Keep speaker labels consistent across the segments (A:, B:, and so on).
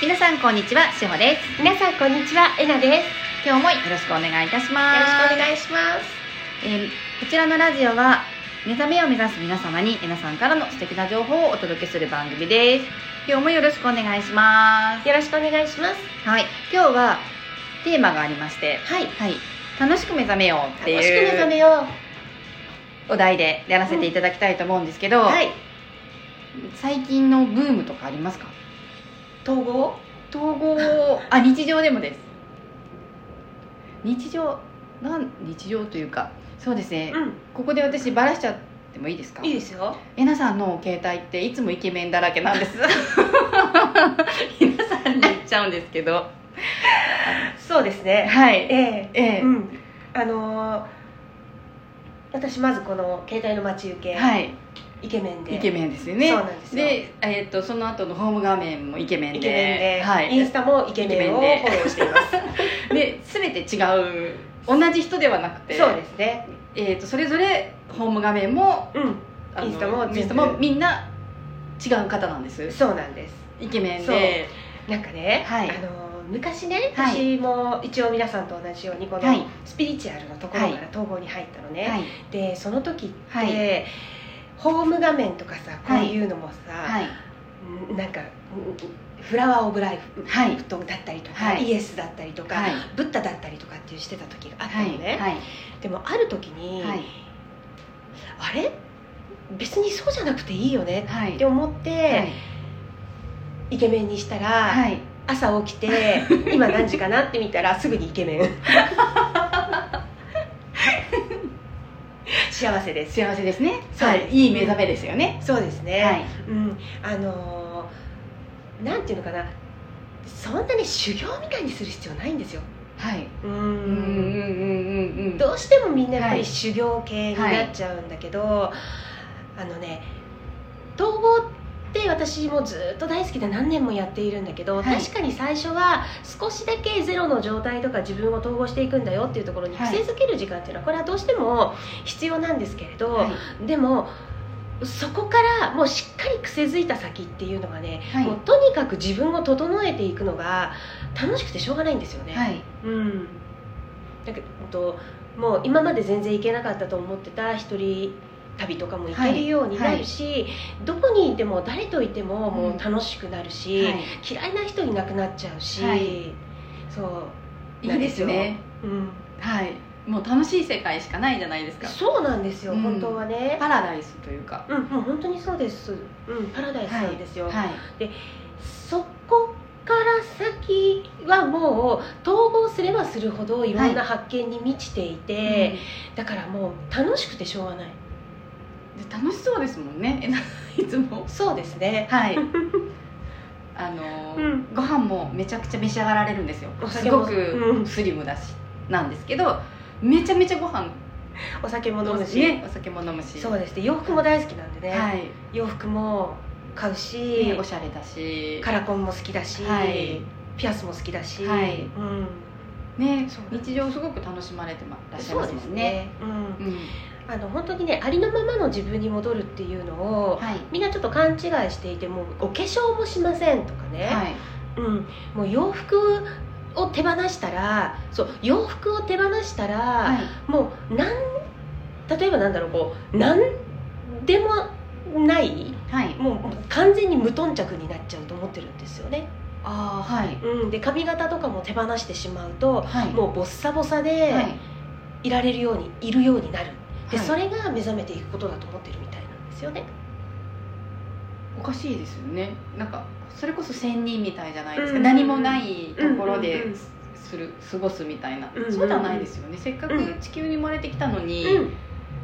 A: 皆さんこんにちはしほです
B: 皆さんこんにちはえなですよ
A: 今日もよろしくお願いいたします
B: ろしくお願いします
A: えーこちらのラジオは目覚めを目指す皆様にえなさんからの素敵な情報をお届けする番組です今日もよろしくお願いします
B: よろしくお願いします
A: はい今日はテーマがありまして
B: はい
A: はい楽しく目覚めようって
B: 楽しく目覚め
A: いう
B: よう
A: お題でやらせていただきたいと思うんですけど、
B: はい
A: 最近のブームとかありますか
B: 統合
A: 統合あ日常でもです日常なん日常というかそうですね、
B: ん
A: ここで私バラしちゃってもいいですか
B: いいですよ
A: えなさんの携帯っていつもイケメンだらけなんです 皆さんに言っちゃうんですけど
B: そうですね
A: はい
B: え
A: え
B: え
A: え
B: うんあのー私まずこの携帯の待ち受け、
A: はい
B: イケメンで
A: イケメンですよね
B: そうなんですよ
A: で、えっとその後のホーム画面もイケメンで
B: イケメンで、
A: はい、
B: インスタもイケメンをフ
A: イケメンで
B: ォローしています
A: で全て違う同じ人ではなくて
B: そうですね
A: えっとそれぞれホーム画面も
B: うん
A: あの
B: インスタも全部
A: インスタもみんな違う方なんです
B: そうなんです
A: イケメンで
B: なんかね、
A: はい
B: あの昔ね、
A: はい
B: 私も一応皆さんと同じようにこの
A: はい
B: スピリチュアルのところ
A: は
B: か
A: い
B: ら統合に入ったのね、
A: はい
B: でその時って、
A: はい
B: ホーム画面とかさこう
A: はい
B: いうのもさ、
A: はい
B: んなんかんフラワー・オブ・ライフ、
A: はい
B: 布団だったりとか、
A: はい
B: イエスだったりとか、
A: はい
B: ブッダだったりとかっていうしてた時があった
A: は
B: の
A: い
B: ね、でもある時に、
A: はい
B: あれ別にそうじゃなくていいよね
A: はい
B: って思って、イケメンにしたら、
A: はい
B: 朝起 きて今何時かなって見たらすぐにイケメン幸せです
A: 幸せですね
B: そう
A: はいいい目覚めですよね
B: そうですね、
A: はい
B: うんあのーなんていうのかなそんなに修行みたいにする必要ないんですよ
A: はい
B: うん
A: うんうんうんうんうん
B: どうしてもみんなやっぱ
A: はい
B: り修行系になっちゃうんだけど、あのね統合って私もずっと大好きで何年もやっているんだけ
A: は
B: ど、
A: い
B: 確かに最初は少しだけゼロの状態とか自分を統合していくんだよっていうところに
A: はい
B: 癖づける時間っていうのはこれはどうしても必要なんですけれど、
A: はい
B: でもそこからもうしっかり癖づいた先っていうのがね、
A: はい
B: もうとにかく自分を整えていくのが楽しくてしょうがないんですよね。
A: はい
B: うん、だけどほんともう今まで全然行けなかったと思ってた一人旅とかも行けるようになるし、どこにいても誰といてももう楽しくなるし、
A: はい
B: 嫌いな人いなくなっちゃうし、
A: はい
B: そ
A: いいですね
B: う、うん、
A: はいもう楽しい世界しかないじゃないですか
B: そうなんですよ、
A: うん
B: 本当はね
A: パラダイスというか
B: うん、もう本当にそうです、うん、パラダイスなんですよ、
A: はい
B: そこから先はもう統合すればするほどいろんな発見に満ちていて、だからもう楽しくてしょうがない
A: うんで楽しそうですもんねえないつも
B: そうですね
A: はい あのー
B: うん
A: ご飯もめちゃくちゃ召し上がられるんですよ
B: お
A: す
B: 酒
A: ご
B: も
A: く
B: うん
A: スリムだしなんですけどめちゃめちゃご飯
B: お酒も飲むし、
A: ねお酒も飲むし
B: そうですね洋服も大好きなんでね、
A: はい
B: 洋服も買うし、
A: ねおしゃれだし
B: カラコンも好きだし、
A: はい
B: ピアスも好きだし、
A: はい
B: うん、
A: ね
B: そう
A: 日常すごく楽しまれてまらっしゃい
B: そ
A: ま
B: う
A: す
B: で
A: も
B: す
A: んね
B: ね、うん、
A: うん
B: あの本当にねありのままの自分に戻るっていうのを、
A: はい
B: みんなちょっと勘違いしていてもうお化粧もしませんとかね、
A: はい
B: うん、もう洋服を手放したらそう洋服を手放したら、
A: はい
B: もうなん例えばなんだろうこうなんでもない
A: はい
B: もうもう完全に無頓着になっちゃうと思ってるんですよね、
A: ああはい
B: うん、で髪型とかも手放してしまうと
A: はい
B: もうボッサボサ
A: うはい
B: でいられるように、い、るようになるで、
A: はい
B: それが目覚めていくことだと思ってるみたいなんですよね
A: おかしいですよねなんかそれこそ仙人みたいじゃないですか、
B: うん
A: 何もないところで
B: うんうんうん
A: する過ごすみたいな、
B: うんうんうん
A: そうじゃないですよねせっかく地球に生まれてきたのに、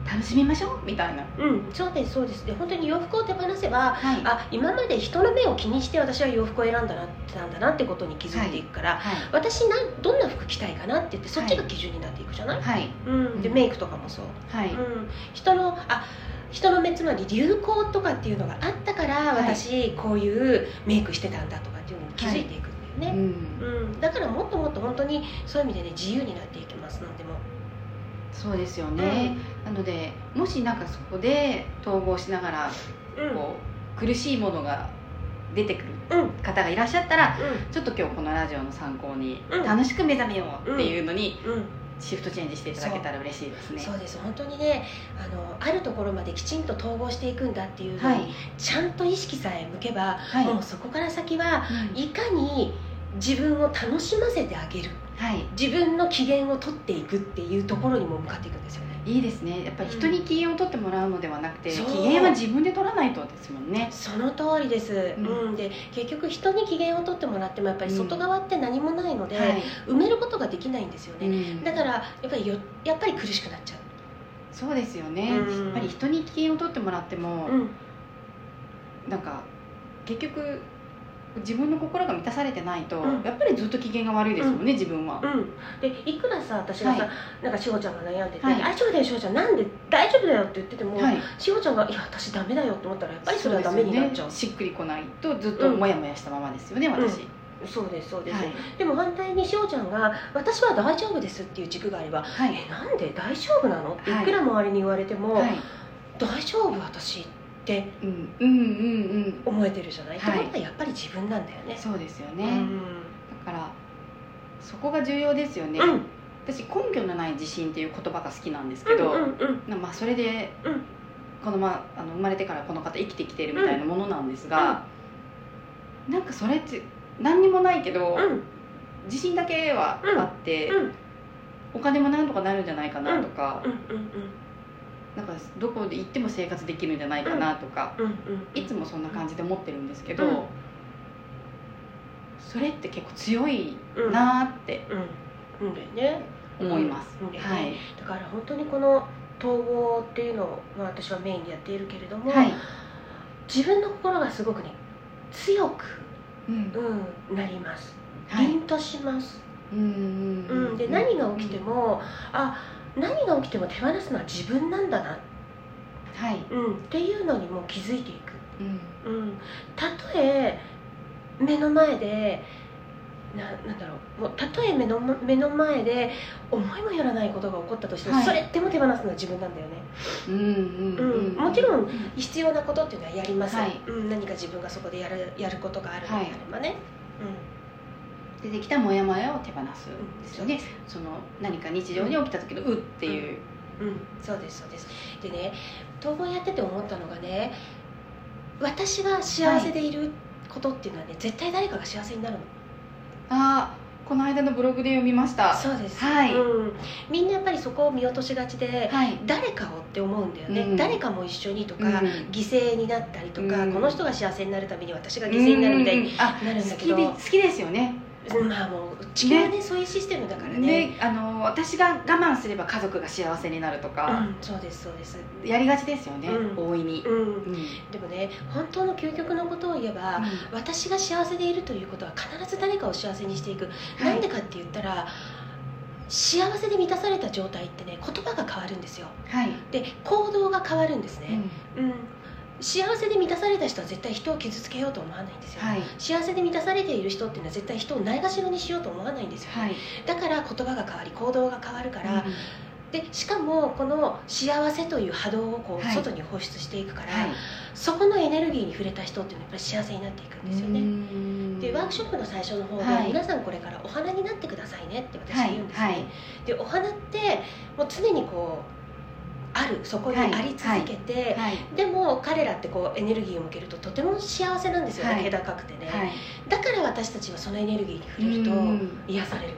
A: 楽しみましょうみたいな
B: うん、うん、そうですそうですで本当に洋服を手放せば
A: はい
B: あ今まで人の目を気にして私は洋服を選んだなったんだなってことに気づいていくから、
A: はい
B: 私なんどんな服着たいかなって言ってそっちが基準になっていくじゃない、
A: はい
B: うん、で
A: うん
B: メイクとかもそう、
A: はい、
B: うん、人のあ人の目つまり流行とかっていうのがあったから、
A: はい
B: 私こういうメイクしてたんだとかっていうのに気づいていくんだ
A: う
B: よね、
A: ん
B: うん、だからもっともっと本当にそういう意味でね自由になっていきますなんでも、
A: そうですよね、なのでもしなんかそこで統合しながら
B: うん
A: こう苦しいものが出てくる
B: うんうん
A: 方がいらっしゃったらちょっと今日このラジオの参考に
B: うん
A: 楽しく目覚めようっていうのに
B: うん
A: シフトチェンジしていただけたら嬉しいですね
B: そうです本当にねあのあるところまできちんと統合していくんだっていうのに、
A: はい
B: ちゃんと意識さえ向けば、
A: はい
B: もうそこから先は
A: うん
B: いかに自分を楽しませてあげる
A: はい
B: 自分の機嫌を取っていくっていうところにも向かっていくんですよね
A: いいですねやっぱり人に機嫌を取ってもらうのではなくて、
B: そう
A: 機嫌は自分で取らないとですもんね
B: その通りです、
A: う
B: うんんで結局人に機嫌を取ってもらってもやっぱり外側って何もないので、
A: はい、
B: 埋めることができないんですよね、
A: うん
B: だからやっぱりよやっぱり苦しくなっちゃう
A: そうですよね、
B: うん
A: やっぱり人に機嫌を取ってもらっても、
B: うん
A: なんか結局自分の心が満たされてないと、
B: うん
A: やっぱりずっと機嫌が悪いですもんね、自分は、
B: うん、でいくらさ私がさ、
A: は
B: なんかしほちゃんが悩んでて「
A: はい
B: 大丈夫だよしほちゃんなんで大丈夫だよ」って言ってても、
A: はい
B: しほちゃんが「いや私ダメだよ」って思ったらやっぱりそれはダメ
A: うです
B: に
A: よ
B: な
A: ね
B: っちゃう
A: しっくりこないとずっとモヤモヤしたままですよね、私、
B: そうですそうで
A: は
B: す、
A: い
B: でも反対にしほちゃんが「私は大丈夫です」っていう軸があれば「
A: はい
B: えなんで大丈夫なの?」ってい
A: はい
B: くら周りに言われても「
A: はい
B: 大丈夫私」って
A: うんうんうんうん
B: 思えてるじゃない、
A: はい
B: ってことはやっぱり自分なんだよね
A: そうですよ
B: う
A: ね、
B: ん
A: だからそこが重要ですよね、
B: うん
A: 私根拠のない自信っていう言葉が好きなんです
B: う
A: け
B: ん
A: ど、
B: うんうん
A: なまあ、それで、
B: うん
A: このまあの生まれてからこの方生きてきてるみたいなものなんですが、なんかそれって何にもないけど、
B: うん
A: 自信だけはあって、
B: うん
A: お金もなんとかなるんじゃないかなとか,、
B: うんうん
A: なんかどこで行っても生活できるんじゃないかなとか、
B: うんうん
A: いつもそんな感じで思ってるんですけど、
B: うん
A: それって結構強い
B: うん
A: なーって
B: うんうんだよね
A: 思います。
B: うんうんだよね
A: はい、
B: だから本当にこの統合っていうのを、まあ、私はメインでやっているけれども、
A: はい
B: 自分の心がすごくね強く、
A: うん
B: うん、なります、
A: はい
B: 凛とします、
A: うんうん
B: うん、で何が起きても、あ何が起きても手放すのは自分なんだな、
A: はい、
B: うん、っていうのにもう気づいてい
A: うん
B: く、うん、たとえ目の前でななんだろうもうたとえ目の目の前で思いもよらないことが起こったとしても、
A: はい
B: それでも手放すのは自分なんだよね
A: うんうんうん
B: うんもちろん
A: は
B: 必要なことっていうのはやります、
A: はい
B: うん、何か自分がそこでやるやることがあるのであればね、
A: い出てきたモヤモヤを手放す
B: うん
A: んですよねその何か日常に起きた時のうっていう、
B: うん、うん、そうですそうですでね統合やってて思ったのがね私が幸せでいることっていうのはね、絶対誰かが幸せになるの
A: ああこの間のブログで読みました
B: そうです、
A: はい
B: うん、みんなやっぱりそこを見落としがちで
A: はい
B: 誰かをって思うんだよね、
A: うん
B: 誰かも一緒にとか、
A: うん
B: 犠牲になったりとか、
A: うん
B: この人が幸せになるために私が犠牲になるみたいに
A: うんあ
B: なるんだ
A: 好
B: け
A: き
B: ど、
A: で好きですよね
B: まあもう地球はねそういうシステムだからね
A: ねあの私が我慢すれば家族が幸せになるとか、
B: うん、そうですそうです、
A: やりがちですよね、
B: うん
A: 大いに、
B: うん、
A: うん
B: でもね本当の究極のことを言えば、私が幸せでいるということは必ず誰かを幸せにしていく、
A: い
B: なんでかって言ったら幸せで満たされた状態ってね言葉が変わるんですよ
A: はい、
B: で行動が変わるんです
A: う
B: ね、
A: ん
B: うん幸せで満たされた人は絶対人を傷つけようと思わないんですよ、
A: はい
B: 幸せで満たされている人っていうのは絶対人をないがしろにしようと思わないんですよ、
A: はい
B: だから言葉が変わり行動が変わるから、
A: うん
B: でしかもこの幸せという波動をこ
A: はいう
B: 外に放出していくから、
A: はい
B: そこのエネルギーに触れた人っていうのはやっぱり幸せになっていくんですよね。
A: ね
B: でワークショップの最初の方で、
A: はい
B: 皆さんこれからお花になってくださいねって私
A: は
B: はい言うんですね、
A: はい
B: でお花ってもう常にこうあるそこにあり続けて、
A: はい
B: でも彼らってこうエネルギーを向けるととても幸せなんですよね、
A: はい
B: 気高くてね、
A: はい
B: だから私たちはそのエネルギーに触れると
A: うん
B: 癒される、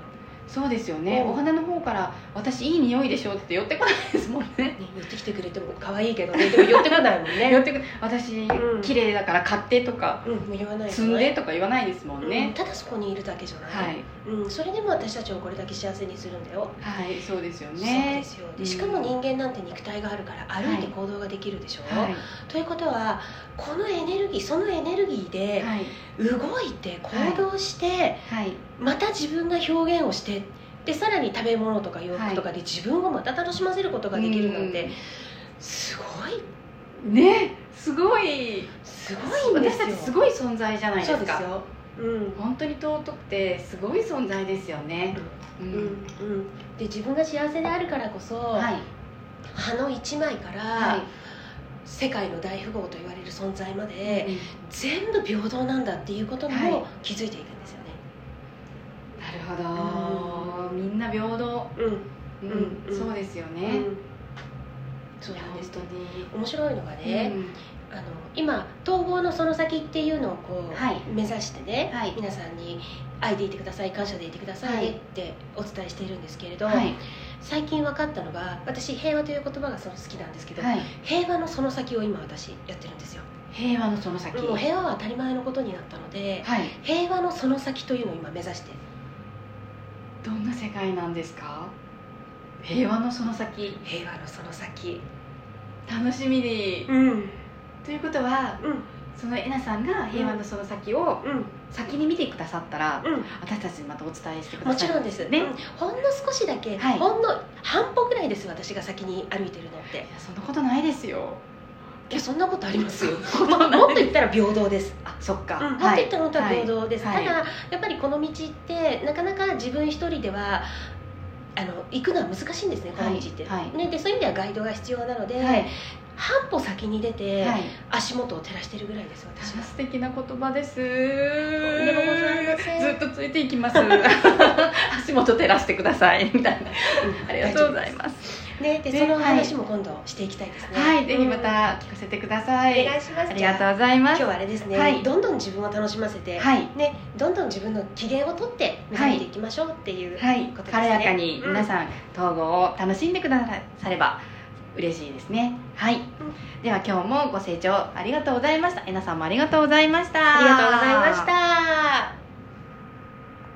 A: そうですよね、
B: うん
A: お花の方から「私いい匂いでしょ」って寄ってこないですもんね
B: ね、寄ってきてくれても可愛いけどねでも寄ってこないもん ね
A: 寄ってくる私、
B: うん
A: 綺麗だから買ってとか
B: うん、もう言わないよね
A: 積んでとか言わないですもん
B: うん
A: ね、
B: ただそこにいるだけじゃない、
A: はい
B: うん、それでも私たちをこれだけ幸せにするんだよ、
A: はいそうですよ
B: そうで
A: ね
B: すよ
A: うん
B: でしかも人間なんて肉体があるから歩いて
A: はい
B: 行動ができるでしょ、
A: はい
B: ということはこのエネルギーそのエネルギーで
A: はい
B: 動いて行動して、
A: はい
B: また自分が表現をしてでさらに食べ物とか洋服とかで自分をまた楽しませることができるなんて、すごい
A: ねすごい
B: すごいんです
A: 私
B: よ
A: たちすごい存在じゃないで
B: そう
A: す
B: です
A: か
B: よ、うん
A: 本当に尊くてすごい存在ですよね、う
B: うん
A: ん
B: うん、で自分が幸せであるからこそ、
A: はい
B: 葉の一枚から、
A: はい
B: 世界の大富豪と言われる存在まで全部平等なんだっていうことも気づいていくんですよね。
A: なるほどみんな平等うん、
B: うん
A: そうですよ
B: うん
A: ね、
B: うんそうなんです
A: 本
B: 面白いのが
A: 当に、
B: ね、あの今統合のその先っていうのをこう、
A: はい
B: 目指してね、
A: はい
B: 皆さんに愛でいてください感謝でいてくださいね
A: はい
B: ってお伝えしているんですけれど、
A: はい
B: 最近分かったのが私平和という言葉がその好きなんですけど、
A: はい、
B: 平和のその先を今私やってるんですよ
A: 平和のその先、
B: もう平和は当たり前のことになったので
A: はい
B: 平和のその先というのを今目指して
A: どんな世界なんですか平和のその先
B: 平和のその先
A: 楽しみに、
B: うんうん
A: ということはそのえなさんが平和のその先を
B: うん
A: 先に見てくださったら、
B: うん
A: 私たちにまたお伝えしてくだ
B: も
A: さ
B: ち
A: い
B: ろんです、
A: ね、
B: ね、ほんの少しだけ、
A: はい
B: ほんの半歩ぐらいです私が先に歩いてるのって
A: いやそんなことないですよ
B: いやそんなことありま すよ
A: そんなことない
B: もっと言ったら平等です、
A: あそっか、
B: もっと言ったら本当は平等です、
A: はい
B: ただやっぱりこの道ってなかなか自分一人ではあの行くのは難しいんですねこの道って、
A: はいはい
B: ね、でそういう意味ではガイドが必要なので、
A: はい
B: 半歩先に出て、
A: はい、
B: 足元を照らしてるぐらいです私は
A: 素敵な言葉です
B: んでもございません
A: ずっとついていきます 足元照らしてくださいみたいな ありがとうございます
B: す、ね、で
A: ね
B: その話も今度していきたいですね
A: はいぜひま
B: うん
A: た聞かせてください、
B: お願いします
A: ありがとうございます
B: 今日はあれですね、
A: はい
B: どんどん自分を楽しませて、
A: はい
B: ね、どんどん自分の機嫌を取って目覚めていきましょうっていう、
A: はい、
B: ことですね
A: 軽やかに皆
B: ん、
A: さん、統合を楽しんでくだされば嬉しいですねはい、では今日もご清聴ありがとうございましたえなさんもありがとうございました
B: ありがとうございました。